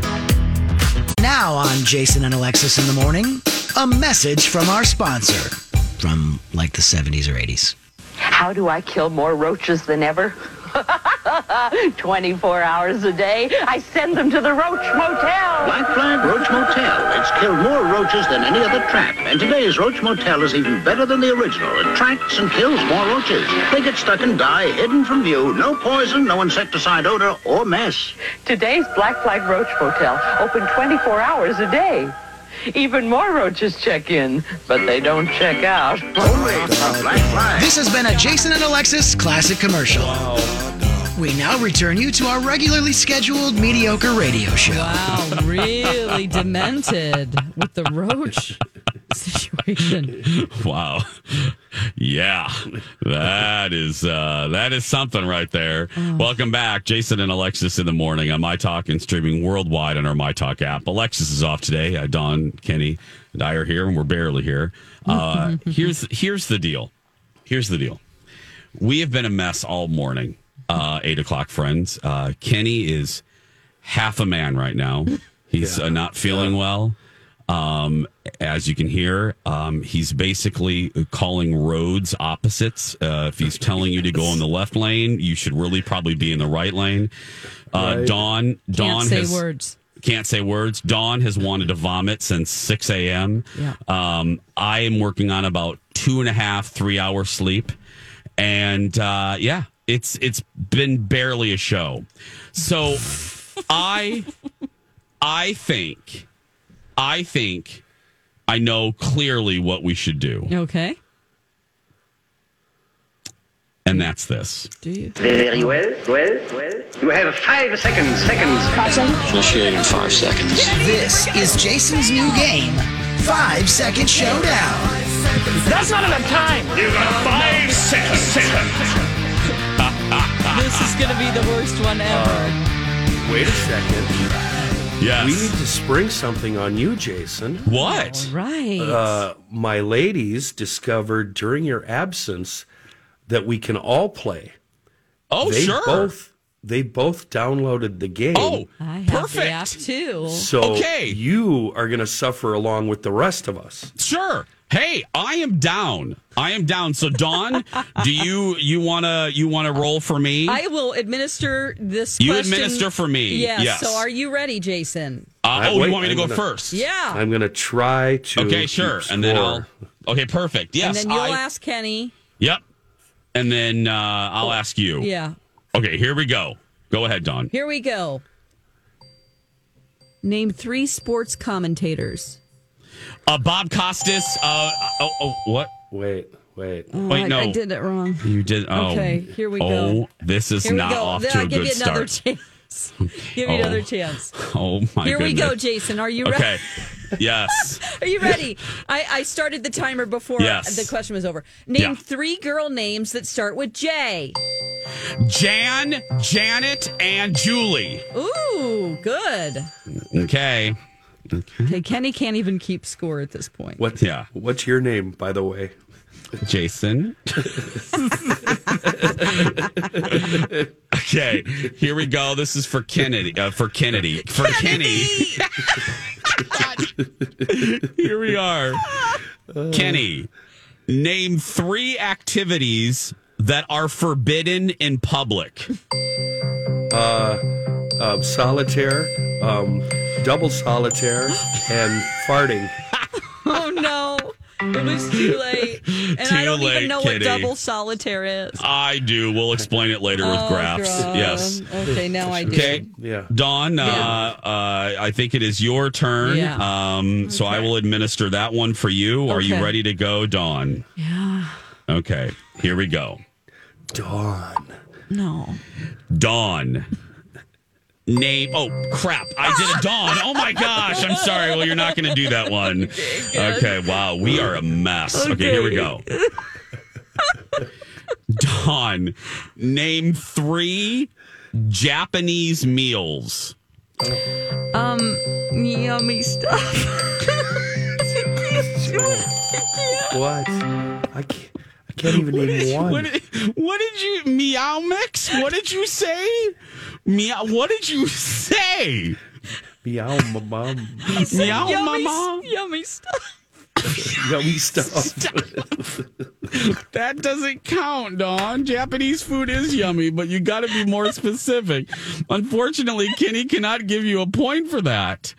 Speaker 13: Now on Jason and Alexis in the morning, a message from our sponsor from like the 70s or 80s.
Speaker 14: How do I kill more roaches than ever? 24 hours a day, I send them to the Roach Motel.
Speaker 15: Lifeline Roach Motel. It's killed more roaches than any other trap. And today's Roach Motel is even better than the original. It attracts and kills more roaches. They get stuck and die, hidden from view. No poison, no insecticide odor or mess.
Speaker 14: Today's Black Flag Roach Motel, open 24 hours a day. Even more roaches check in, but they don't check out.
Speaker 13: This has been a Jason and Alexis classic commercial. We now return you to our regularly scheduled mediocre radio show.
Speaker 3: Wow, really demented Oh, with the roach situation.
Speaker 1: Wow. Yeah. That is uh that is something right there. Welcome back. Jason and Alexis in the morning on My Talk and streaming worldwide on our My Talk app. Alexis is off today. Uh, Don, Kenny, and I are here and we're barely here. Uh here's here's the deal. Here's the deal. We have been a mess all morning. Uh eight o'clock friends. Uh Kenny is half a man right now. He's uh, not feeling well. Um, as you can hear, um, he's basically calling roads opposites. Uh, if he's telling you to go in the left lane, you should really probably be in the right lane. Uh,
Speaker 3: Right.
Speaker 1: Dawn, Dawn
Speaker 3: Can't say
Speaker 1: has-
Speaker 3: words.
Speaker 1: Can't say words. Dawn has wanted to vomit since 6 a.m.
Speaker 3: Yeah.
Speaker 1: Um, I am working on about two and a half, three hours sleep. And uh, yeah, it's it's been barely a show. So I I think I think I know clearly what we should do.
Speaker 3: Okay.
Speaker 1: And that's this.
Speaker 3: Do you?
Speaker 15: Very well, well, well. You have five seconds, seconds. Five seconds.
Speaker 16: Initiate in five seconds.
Speaker 13: This is Jason's new game, Five Second Showdown.
Speaker 15: That's not enough time. You got five seconds.
Speaker 3: This is going to be the worst one ever.
Speaker 4: Uh, Wait a second.
Speaker 1: Yes.
Speaker 4: We need to spring something on you, Jason.
Speaker 1: What?
Speaker 3: All right.
Speaker 4: Uh, my ladies discovered during your absence that we can all play.
Speaker 1: Oh,
Speaker 4: they
Speaker 1: sure.
Speaker 4: Both, they both downloaded the game.
Speaker 1: Oh,
Speaker 3: I have
Speaker 1: Perfect.
Speaker 3: the app too.
Speaker 4: so
Speaker 1: okay.
Speaker 4: you are going to suffer along with the rest of us.
Speaker 1: Sure. Hey, I am down. I am down. So Dawn, do you you wanna you wanna roll for me?
Speaker 3: I will administer this.
Speaker 1: You
Speaker 3: question.
Speaker 1: administer for me.
Speaker 3: Yeah.
Speaker 1: Yes.
Speaker 3: So are you ready, Jason?
Speaker 1: Uh, oh,
Speaker 4: Wait,
Speaker 1: you want me to
Speaker 4: I'm gonna-
Speaker 1: go first?
Speaker 3: Yeah.
Speaker 4: I'm going to try to.
Speaker 1: Okay,
Speaker 4: keep
Speaker 1: sure. And then I'll.
Speaker 4: score.
Speaker 1: Okay, perfect. Yes.
Speaker 3: and then you'll
Speaker 1: I-
Speaker 3: ask Kenny.
Speaker 1: Yep. And then uh, I'll ask you.
Speaker 3: Oh, Yeah.
Speaker 1: Okay, here we go. Go ahead, Don.
Speaker 3: Here we go. Name three sports commentators.
Speaker 1: Uh, Bob Costas. Uh, oh, oh, what?
Speaker 4: Wait, wait.
Speaker 3: Oh,
Speaker 1: Wait,
Speaker 3: I,
Speaker 1: no.
Speaker 3: I did it wrong.
Speaker 1: You did. Oh,
Speaker 3: Okay, here we
Speaker 1: oh,
Speaker 3: go.
Speaker 1: this is
Speaker 3: Here we
Speaker 1: not
Speaker 3: go.
Speaker 1: off
Speaker 3: Then
Speaker 1: to
Speaker 3: I'll
Speaker 1: a
Speaker 3: give
Speaker 1: good
Speaker 3: you another
Speaker 1: start.
Speaker 3: chance. give me
Speaker 1: Oh.
Speaker 3: another chance.
Speaker 1: Oh my
Speaker 3: Here we go,
Speaker 1: goodness.
Speaker 3: Jason. Are you ready?
Speaker 1: Okay. yes.
Speaker 3: Are you ready? I, I started the timer before
Speaker 1: Yes.
Speaker 3: the question was over. Name
Speaker 1: Yeah.
Speaker 3: three girl names that start with J.
Speaker 1: Jan, Janet, and Julie.
Speaker 3: Ooh, good.
Speaker 1: Okay.
Speaker 3: Okay, Kenny can't even keep score at this point.
Speaker 4: What,
Speaker 1: yeah.
Speaker 4: What's your name, by the way?
Speaker 1: Jason. Okay. Here we go. This is for Kennedy. Uh, for Kennedy. For Kenny. here we are. Kenny. Name three activities that are forbidden in public.
Speaker 4: uh, um, solitaire, um, double solitaire, and farting.
Speaker 3: Oh no. It was too late. And I
Speaker 1: Too
Speaker 3: don't
Speaker 1: late,
Speaker 3: even know
Speaker 1: kitty.
Speaker 3: what double solitaire is.
Speaker 1: I do. We'll explain it later with
Speaker 3: Oh,
Speaker 1: graphs.
Speaker 3: God.
Speaker 1: Yes.
Speaker 3: Okay, now I do.
Speaker 1: Okay.
Speaker 4: Yeah.
Speaker 1: Dawn, uh, uh, I think it is your turn.
Speaker 3: Yeah.
Speaker 1: Um, so I will administer that one for you. Are you
Speaker 3: Okay.
Speaker 1: ready to go, Dawn?
Speaker 3: Yeah.
Speaker 1: Okay. Here we go.
Speaker 4: Dawn.
Speaker 3: No.
Speaker 1: Dawn. Name. Oh, crap. I did a Dawn. Oh, my gosh. I'm sorry. Well, you're not going to do that one.
Speaker 3: good.
Speaker 1: Okay. Wow. We are a mess. Okay. Here we go. Dawn, name three Japanese meals.
Speaker 3: Um, yummy stuff. I can't do it. I can't.
Speaker 4: What? I can't, I can't even name one.
Speaker 1: What did, what did you meow mix? What did you say? Meow. What did you say?
Speaker 4: Meow, my mom.
Speaker 3: I said
Speaker 1: Meow,
Speaker 3: yummy,
Speaker 1: mama.
Speaker 3: yummy stuff.
Speaker 4: Yummy stuff.
Speaker 1: That doesn't count, Dawn. Japanese food is yummy, but you got to be more specific. Unfortunately, Kenny cannot give you a point for that.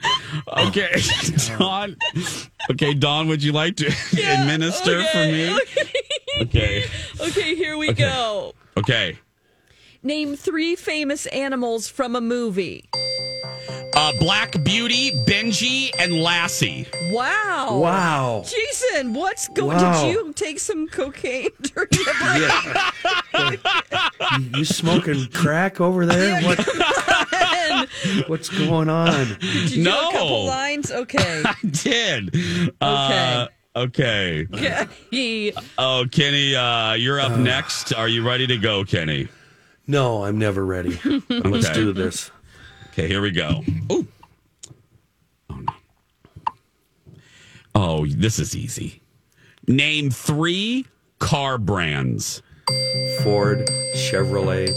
Speaker 1: Okay, Dawn. Okay, Dawn, would you like to administer for me? Okay.
Speaker 3: Okay, here we
Speaker 1: Okay.
Speaker 3: go.
Speaker 1: Okay.
Speaker 3: Name three famous animals from a movie.
Speaker 1: Uh, Black Beauty, Benji, and Lassie.
Speaker 3: Wow.
Speaker 1: Wow.
Speaker 3: Jason, what's going
Speaker 1: Wow.
Speaker 3: Did you take some cocaine during the break?
Speaker 4: Yeah. You- you smoking crack over there? What,
Speaker 3: Ben,
Speaker 4: what's going on?
Speaker 3: Did you do a couple lines? Okay.
Speaker 1: I did. Uh, okay.
Speaker 3: Okay.
Speaker 1: Oh, Kenny, uh, you're up next. Are you ready to go, Kenny?
Speaker 4: No, I'm never ready. Let's
Speaker 1: Okay.
Speaker 4: do this.
Speaker 1: Okay, here we go. Oh. Oh, no. Oh, this is easy. Name three car brands.
Speaker 4: Ford, Chevrolet,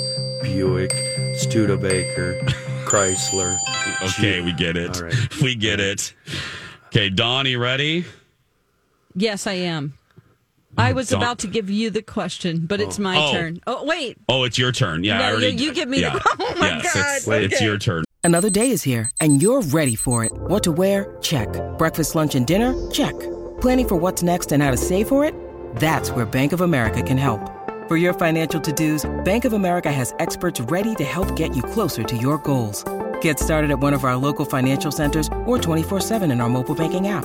Speaker 4: Buick, Studebaker, Chrysler.
Speaker 1: Okay, we get it.
Speaker 4: All right.
Speaker 1: We get it. Okay, Donnie, ready?
Speaker 3: Yes, I am. I was
Speaker 1: Don't-
Speaker 3: about to give you the question, but it's my
Speaker 1: Oh.
Speaker 3: turn. Oh, wait.
Speaker 1: Oh, it's your turn. Yeah,
Speaker 3: No,
Speaker 1: I already.
Speaker 3: you- you give me the- Oh, my
Speaker 1: yes, It's,
Speaker 3: God.
Speaker 1: it's
Speaker 3: Okay.
Speaker 1: your turn.
Speaker 16: Another day is here, and you're ready for it. What to wear? Check. Breakfast, lunch, and dinner? Check. Planning for what's next and how to save for it? That's where Bank of America can help. For your financial to dos, Bank of America has experts ready to help get you closer to your goals. Get started at one of our local financial centers or 24-7 in our mobile banking app.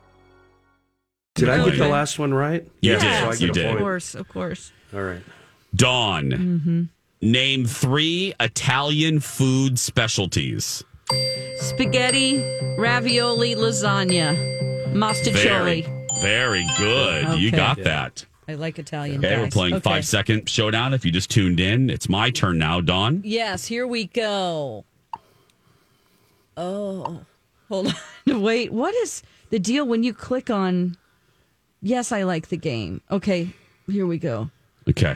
Speaker 4: Did I get the
Speaker 1: Okay.
Speaker 4: last one right? So
Speaker 1: You
Speaker 4: I
Speaker 1: did.
Speaker 4: get
Speaker 1: You
Speaker 4: a
Speaker 1: did.
Speaker 4: point.
Speaker 3: of course.
Speaker 4: All right.
Speaker 1: Dawn,
Speaker 3: Mm-hmm.
Speaker 1: name three Italian food specialties.
Speaker 3: Spaghetti, ravioli, lasagna,
Speaker 1: Very,
Speaker 3: mostaccioli.
Speaker 1: very good. You
Speaker 3: Okay.
Speaker 1: got
Speaker 3: Yeah.
Speaker 1: that.
Speaker 3: I like Italian.
Speaker 1: Okay, we're
Speaker 3: guys.
Speaker 1: playing
Speaker 3: Okay.
Speaker 1: five second showdown. If you just tuned in, it's my turn now, Dawn.
Speaker 3: Yes, here we go. Oh, hold on. Wait, what is the deal when you click on? Yes, I like the game. Okay, here we go.
Speaker 1: Okay.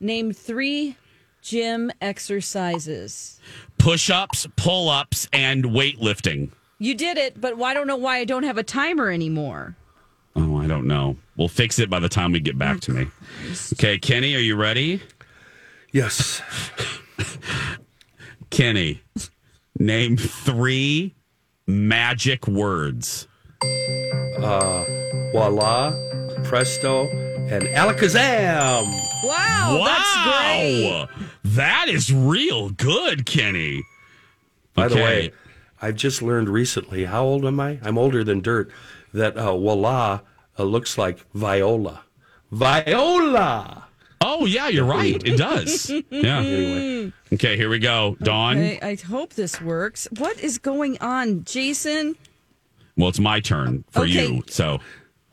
Speaker 3: Name three gym exercises.
Speaker 1: Push ups, pull ups, and weightlifting.
Speaker 3: You did it, but I don't know why I don't have a timer anymore.
Speaker 1: Oh, I don't know. We'll fix it by the time we get back to me. Okay, Kenny, are you ready?
Speaker 4: Yes.
Speaker 1: Kenny, name three magic words.
Speaker 4: Uh, voila, presto, and alakazam.
Speaker 3: Wow,
Speaker 1: wow. That is real good, Kenny.
Speaker 4: By the
Speaker 1: Okay.
Speaker 4: way, I've just learned recently. How old am I? I'm older than dirt. That uh, voila uh, looks like viola. Viola.
Speaker 1: Oh, Oh, yeah, you're right. It does. Yeah.
Speaker 3: Anyway.
Speaker 1: Okay, here we go. Dawn.
Speaker 3: Okay, I hope this works. What is going on, Jason?
Speaker 1: Well, it's my turn for
Speaker 3: Okay.
Speaker 1: you. So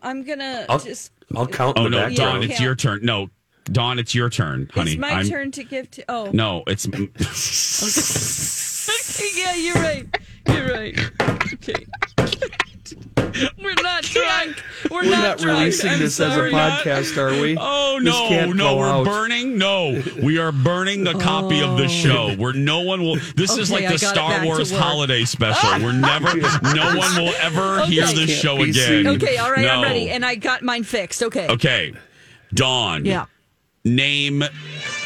Speaker 3: I'm gonna just.
Speaker 1: Oh, no,
Speaker 3: Yeah,
Speaker 1: Dawn, it's
Speaker 3: count.
Speaker 1: your turn. No, Dawn, it's your turn, honey.
Speaker 3: It's my
Speaker 1: I'm-
Speaker 3: turn to give to. Oh
Speaker 1: No, it's.
Speaker 3: Okay. yeah, you're right. You're right. Okay. We're not drunk. We're,
Speaker 4: We're
Speaker 3: not,
Speaker 4: not
Speaker 3: drunk.
Speaker 4: releasing
Speaker 3: I'm
Speaker 4: this as a
Speaker 3: sorry.
Speaker 4: podcast, are we?
Speaker 1: Oh
Speaker 4: This
Speaker 1: no,
Speaker 4: can't
Speaker 1: no,
Speaker 4: go
Speaker 1: we're
Speaker 4: out.
Speaker 1: burning. No, we are burning the copy of the
Speaker 4: Oh.
Speaker 1: show. Where no one will. This is
Speaker 4: Okay,
Speaker 1: like the
Speaker 4: I got it back
Speaker 1: Star
Speaker 4: to
Speaker 1: Wars
Speaker 4: work.
Speaker 1: holiday special. We're never. No one will ever hear
Speaker 3: Okay.
Speaker 1: this show
Speaker 4: Can't be
Speaker 1: again.
Speaker 3: Okay, all right, I'm
Speaker 1: No.
Speaker 3: ready, and I got mine fixed. Okay.
Speaker 1: Okay, Dawn.
Speaker 3: Yeah.
Speaker 1: Name,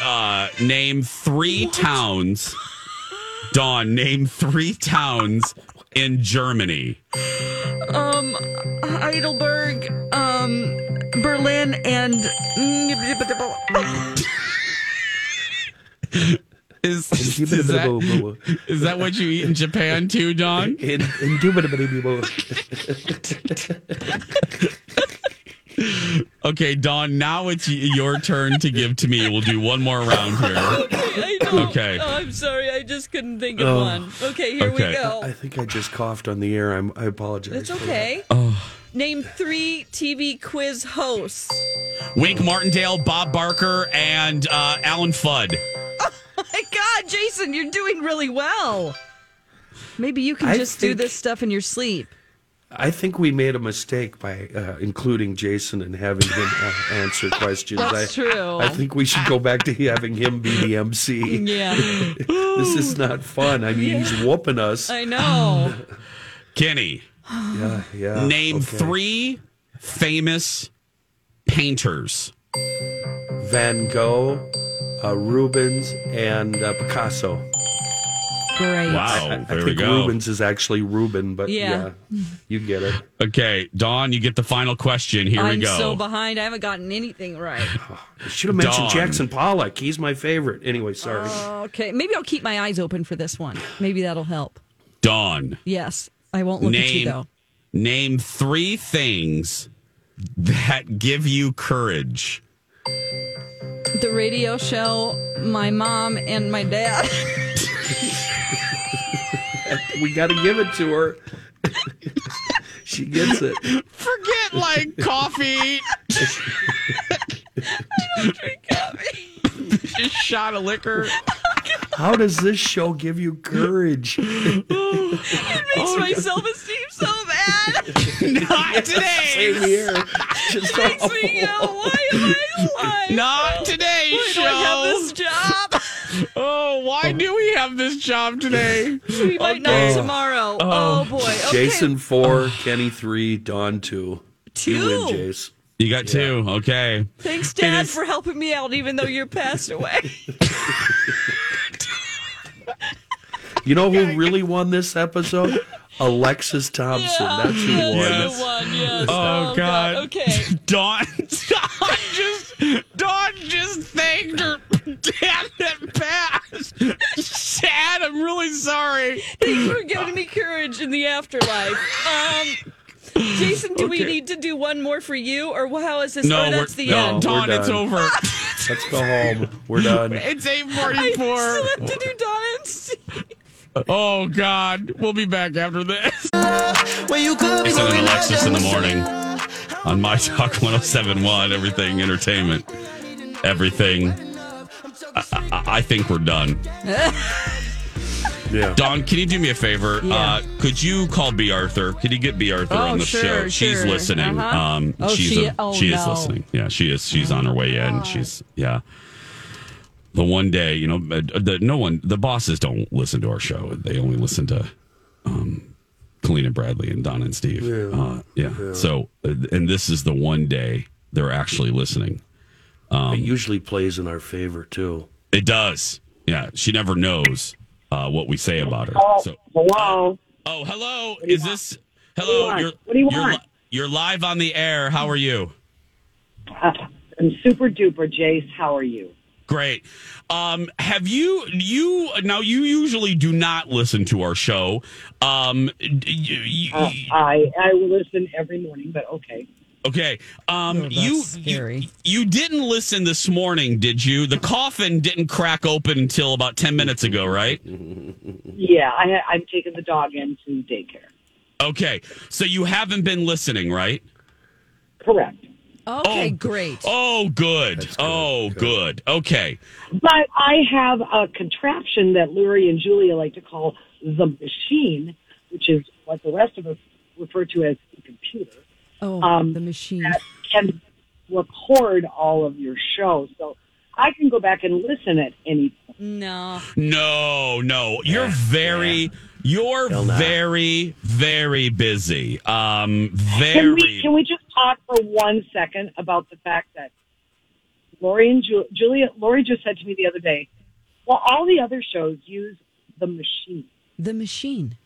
Speaker 1: uh, name three towns. Dawn, name three towns in Germany.
Speaker 3: Um, Heidelberg, um, Berlin, and
Speaker 1: Is, is, that, is that what you eat in Japan too, Don?
Speaker 4: Indubitably.
Speaker 1: Okay, Don, now it's y- your turn to give to me. We'll do one more round here.
Speaker 3: I know.
Speaker 1: Okay.
Speaker 3: Oh, I'm sorry, I just couldn't think of
Speaker 4: Oh.
Speaker 3: one. Okay, here we go.
Speaker 4: I think I just coughed on the air. I'm, I apologize.
Speaker 3: That's okay.
Speaker 1: Oh.
Speaker 3: Name three TV quiz hosts.
Speaker 1: Wink Martindale, Bob Barker, and uh, Alan Fudd.
Speaker 3: Oh my God, Jason, you're doing really well. Maybe you can
Speaker 4: I
Speaker 3: just do
Speaker 4: think-
Speaker 3: this stuff in your sleep.
Speaker 4: I think we made a mistake by uh, including Jason and having him uh, answer questions.
Speaker 3: That's
Speaker 4: I,
Speaker 3: true.
Speaker 4: I think we should go back to having him be the MC.
Speaker 3: Yeah.
Speaker 4: this is not fun. I mean, he's whooping us.
Speaker 3: I know.
Speaker 1: Kenny,
Speaker 4: Yeah, yeah.
Speaker 1: name
Speaker 4: okay.
Speaker 1: three famous painters.
Speaker 4: Van Gogh, uh, Rubens, and uh, Picasso.
Speaker 3: Great.
Speaker 4: I,
Speaker 1: Wow,
Speaker 4: I
Speaker 1: there we
Speaker 4: think
Speaker 1: go.
Speaker 4: Rubens is actually Ruben, but
Speaker 3: Yeah.
Speaker 4: yeah. you get it.
Speaker 1: Okay, Don, you get the final question. Here
Speaker 3: I'm
Speaker 1: we go.
Speaker 3: so behind. I haven't gotten anything right.
Speaker 4: Should have mentioned
Speaker 1: Dawn.
Speaker 4: Jackson Pollock. He's my favorite. Anyway, sorry.
Speaker 3: Okay, maybe I'll keep my eyes open for this one. Maybe that'll help.
Speaker 1: Don,
Speaker 3: Yes, I won't look at you
Speaker 1: name
Speaker 3: though.
Speaker 1: name three things that give you courage.
Speaker 3: The radio show, my mom, and my dad.
Speaker 4: we got to give it to her. she gets it.
Speaker 1: Forget like coffee. Just shot of liquor.
Speaker 4: How does this show give you courage?
Speaker 3: it makes my self esteem so bad.
Speaker 1: Oh, Not today.
Speaker 4: Same here. Just
Speaker 3: It makes me go, why am I alive?
Speaker 1: Not today,
Speaker 3: Why do I have
Speaker 1: show.
Speaker 3: this job?
Speaker 1: Oh, why do we have this job today? Uh-huh.
Speaker 3: We might
Speaker 4: Okay.
Speaker 3: not tomorrow. Oh, boy. Okay. Oh.
Speaker 4: Jason four, Kenny three, Don two. You
Speaker 3: Two?
Speaker 4: win, Jace.
Speaker 1: You got two. Okay.
Speaker 3: Thanks, Dad, for helping me out, even though you're passed away.
Speaker 4: You know who really won this episode? Alexis Thompson. That's who won.
Speaker 1: Yes.
Speaker 3: yes. Um,
Speaker 1: Oh, God.
Speaker 3: Okay.
Speaker 1: Dawn, Dawn just, Dawn just thanked her dad that passed. Sad. I'm really sorry.
Speaker 3: Thanks for giving me courage in the afterlife. Um, Jason, do we
Speaker 1: Okay.
Speaker 3: need to do one more for you, or how is this?
Speaker 1: No,
Speaker 3: oh,
Speaker 1: we're,
Speaker 3: that's the
Speaker 1: no,
Speaker 3: end.
Speaker 1: Dawn,
Speaker 4: we're
Speaker 1: it's
Speaker 4: done.
Speaker 1: over.
Speaker 4: Let's go home. We're done.
Speaker 1: It's
Speaker 3: I still
Speaker 1: 844.
Speaker 3: have to do Don and Steve.
Speaker 1: Oh, God. We'll be back after this.
Speaker 12: It's
Speaker 1: It's an Alexis in the morning on My Talk 1071, everything entertainment, everything. I, I, I think we're done.
Speaker 4: Yeah.
Speaker 1: Don, can you do me a favor?
Speaker 3: Yeah.
Speaker 1: Uh, could you call B. Arthur? Could you get B. Arthur
Speaker 3: Oh,
Speaker 1: on the
Speaker 3: sure,
Speaker 1: show? She's
Speaker 3: sure.
Speaker 1: listening.
Speaker 3: Uh-huh.
Speaker 1: Um,
Speaker 3: Oh,
Speaker 1: she's
Speaker 3: she-
Speaker 1: a-
Speaker 3: oh,
Speaker 1: she is
Speaker 3: no. Oh.
Speaker 1: listening. Yeah, she is. She's on her way in. She's yeah. The one day, you know, uh, the, no one, the bosses don't listen to our show. They only listen to um, Colleen and Bradley and Don and Steve.
Speaker 4: Yeah.
Speaker 1: Uh, yeah.
Speaker 4: Yeah.
Speaker 1: So, uh, and this is the one day they're actually listening. Um,
Speaker 4: It usually plays in our favor too.
Speaker 1: it does. Yeah. She never knows uh, what we say about her. So,
Speaker 17: Hello.
Speaker 1: oh, hello. Is this, hello.
Speaker 17: What do you
Speaker 1: You're,
Speaker 17: want? What do you
Speaker 1: you're
Speaker 17: want?
Speaker 1: li- You're live on the air. How are you?
Speaker 17: Uh, I'm super duper, Jace. How are you?
Speaker 1: Great. Um, have you you now? You usually do not listen to our show. Um, d- y- y-
Speaker 17: Uh, I I will listen every morning, but okay.
Speaker 1: Okay. Um,
Speaker 3: Oh, that's
Speaker 1: you,
Speaker 3: scary.
Speaker 1: you you didn't listen this morning, did you? The coffin didn't crack open until about ten minutes ago, right?
Speaker 17: Yeah, I, I'm taking the dog into daycare.
Speaker 1: Okay. So you haven't been listening, right?
Speaker 17: Correct.
Speaker 3: Okay, great.
Speaker 1: Oh, good. Oh, good. Okay.
Speaker 17: But I have a contraption that Lurie and Julia like to call the machine, which is what the rest of us refer to as the computer.
Speaker 3: Oh, the machine.
Speaker 17: um, That can record all of your shows. So I can go back and listen at any point.
Speaker 3: No.
Speaker 1: No, no. You're very you're very very busy. Um
Speaker 17: Can
Speaker 1: very
Speaker 17: we, can we just talk for one second about the fact that Lori and Ju- Julia, Lori just said to me the other day, well, all the other shows use the machine.
Speaker 3: The machine.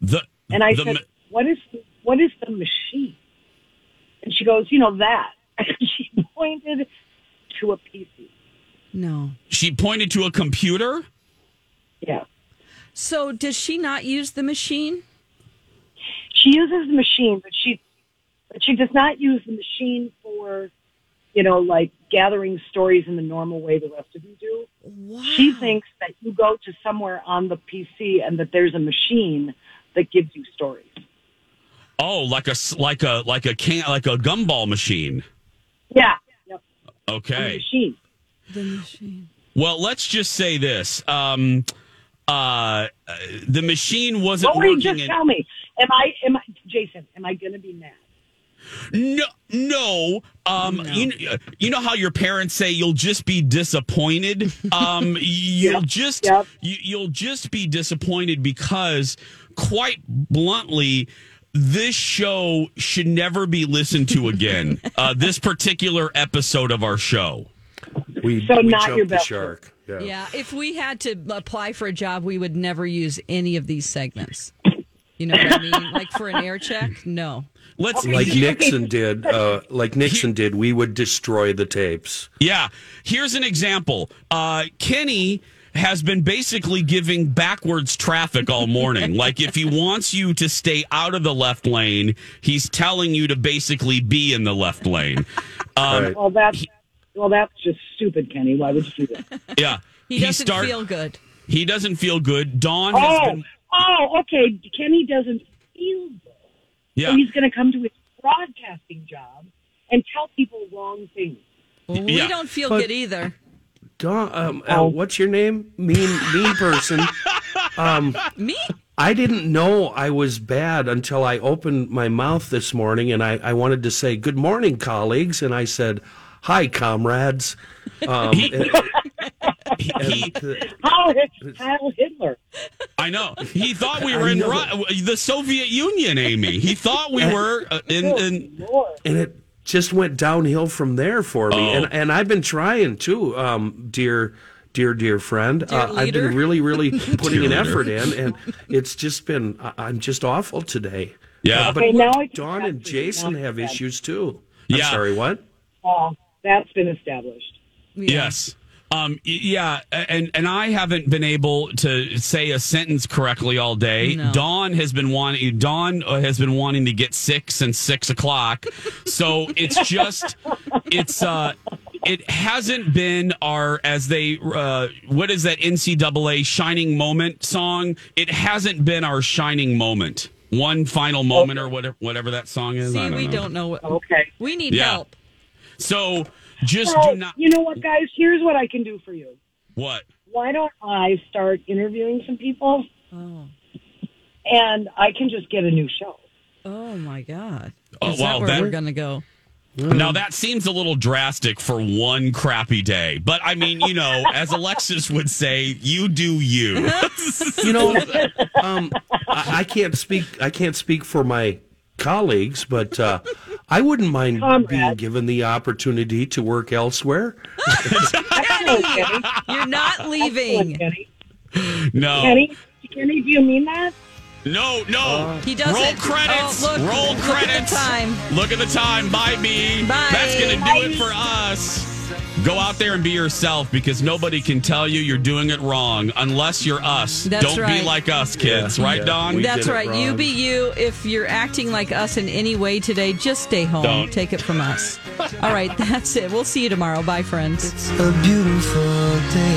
Speaker 1: the
Speaker 17: And I
Speaker 1: the
Speaker 17: said,
Speaker 1: ma-
Speaker 17: "What is what is the machine?" And she goes, "You know that." she pointed to a PC.
Speaker 3: No.
Speaker 1: she pointed to a computer?
Speaker 17: Yeah.
Speaker 3: So does she not use the machine?
Speaker 17: She uses the machine, but she but she does not use the machine for you know like gathering stories in the normal way the rest of you do. She thinks that you go to somewhere on the PC and that there's a machine that gives you stories.
Speaker 1: Oh, like a s- like a like a can like a gumball machine.
Speaker 17: Yeah. Yep.
Speaker 1: Okay.
Speaker 17: Machine.
Speaker 3: The machine.
Speaker 1: Well, let's just say this. Um uh the machine wasn't
Speaker 17: Lori,
Speaker 1: working
Speaker 17: just
Speaker 1: in-
Speaker 17: tell me, am I am I Jason? Am I going to be mad?
Speaker 1: No, no. Um, You, kn- you know how your parents say you'll just be disappointed. Um, you'll just you, you'll just be disappointed because, quite bluntly, this show should never be listened to again. uh, this particular episode of our show.
Speaker 4: We,
Speaker 17: So
Speaker 4: we
Speaker 17: not
Speaker 4: jumped
Speaker 17: your
Speaker 4: the
Speaker 17: best
Speaker 4: shark. Yeah.
Speaker 3: Yeah. If we had to apply for a job, we would never use any of these segments. You know what I mean? like for an air check? No.
Speaker 1: Let's
Speaker 4: like Nixon did. Uh, like Nixon did, we would destroy the tapes.
Speaker 1: Yeah. Here's an example. Uh, Kenny has been basically giving backwards traffic all morning. like, if he wants you to stay out of the left lane, he's telling you to basically be in the left lane. Um,
Speaker 17: Well, that's well, that's just stupid, Kenny. Why would you do that?
Speaker 1: Yeah.
Speaker 17: He doesn't
Speaker 1: start-
Speaker 17: feel
Speaker 3: good.
Speaker 1: He doesn't feel good. Dawn has
Speaker 17: Oh,
Speaker 1: been.
Speaker 17: oh, okay. Kenny doesn't feel good.
Speaker 1: Yeah.
Speaker 17: So he's going to come to his broadcasting job and tell people wrong things.
Speaker 3: We don't feel
Speaker 4: But-
Speaker 3: good either.
Speaker 4: Don, um, uh, what's your name? Mean, mean person. Um,
Speaker 3: Me?
Speaker 4: I didn't know I was bad until I opened my mouth this morning and I, I wanted to say, Good morning, colleagues. And I said, Hi, comrades. Um, and-
Speaker 1: uh,
Speaker 17: How Heil Hitler?
Speaker 1: I know. He thought we were
Speaker 4: I
Speaker 1: in
Speaker 4: know.
Speaker 1: Ru- the Soviet Union, Amy. He thought we were uh, in. in
Speaker 4: and it just went downhill from there for me.
Speaker 1: Oh.
Speaker 4: And and I've been trying too, um, dear, dear, dear friend. uh, I've
Speaker 3: leader.
Speaker 4: been really, really putting
Speaker 1: Dear
Speaker 4: an
Speaker 1: leader.
Speaker 4: effort in, and it's just been I, I'm just awful today.
Speaker 1: Yeah.
Speaker 4: Uh, but
Speaker 17: Okay, now I can
Speaker 4: Dawn and Jason have issues too.
Speaker 1: Yeah.
Speaker 4: I'm sorry, what?
Speaker 17: Oh, that's been established.
Speaker 1: Yes. Um, y- yeah, a- and and I haven't been able to say a sentence correctly all day. Dawn has been wanting Dawn uh, has been wanting to get sick since six o'clock, so it's just it's uh it hasn't been our as they uh what is that NCAA shining moment song? It hasn't been our shining moment, one final moment or whatever whatever that song is.
Speaker 3: See,
Speaker 1: I don't
Speaker 3: we
Speaker 1: know.
Speaker 3: don't know what.
Speaker 17: Okay.
Speaker 3: We need
Speaker 1: Yeah.
Speaker 3: help.
Speaker 1: So just
Speaker 17: So,
Speaker 1: do not
Speaker 17: You know what, guys? Here's what I can do for you.
Speaker 1: what.
Speaker 17: Why don't I start interviewing some people? And I can just get a new show.
Speaker 3: Oh my God.
Speaker 1: Oh,
Speaker 3: Is
Speaker 1: wow,
Speaker 3: that where
Speaker 1: that-
Speaker 3: we're gonna go? Mm.
Speaker 1: Now that seems a little drastic for one crappy day, but I mean, you know, as Alexis would say, you do you.
Speaker 4: You know, um, I, I can't speak. I can't speak for my colleagues, but uh, I wouldn't mind being given the opportunity to work elsewhere.
Speaker 3: You're not leaving.
Speaker 1: No,
Speaker 17: Kenny, Kenny, do you mean that?
Speaker 1: no, no.
Speaker 3: He doesn't.
Speaker 1: Roll credits.
Speaker 3: Oh, look-
Speaker 1: Roll
Speaker 3: look at the
Speaker 1: credits.
Speaker 3: time.
Speaker 1: Look at the time. Bye, B.
Speaker 3: Bye.
Speaker 1: That's gonna do
Speaker 3: Bye.
Speaker 1: it for us. Go out there and be yourself because nobody can tell you you're doing it wrong unless you're us.
Speaker 3: That's
Speaker 1: Don't
Speaker 3: right.
Speaker 1: be like us, kids.
Speaker 3: Yeah,
Speaker 1: right,
Speaker 3: yeah.
Speaker 1: Don?
Speaker 3: That's right. You be you. If you're acting like us in any way today, just stay home.
Speaker 1: Don't.
Speaker 3: Take it from us. All right, that's it. We'll see you tomorrow. Bye, friends.
Speaker 18: a beautiful day.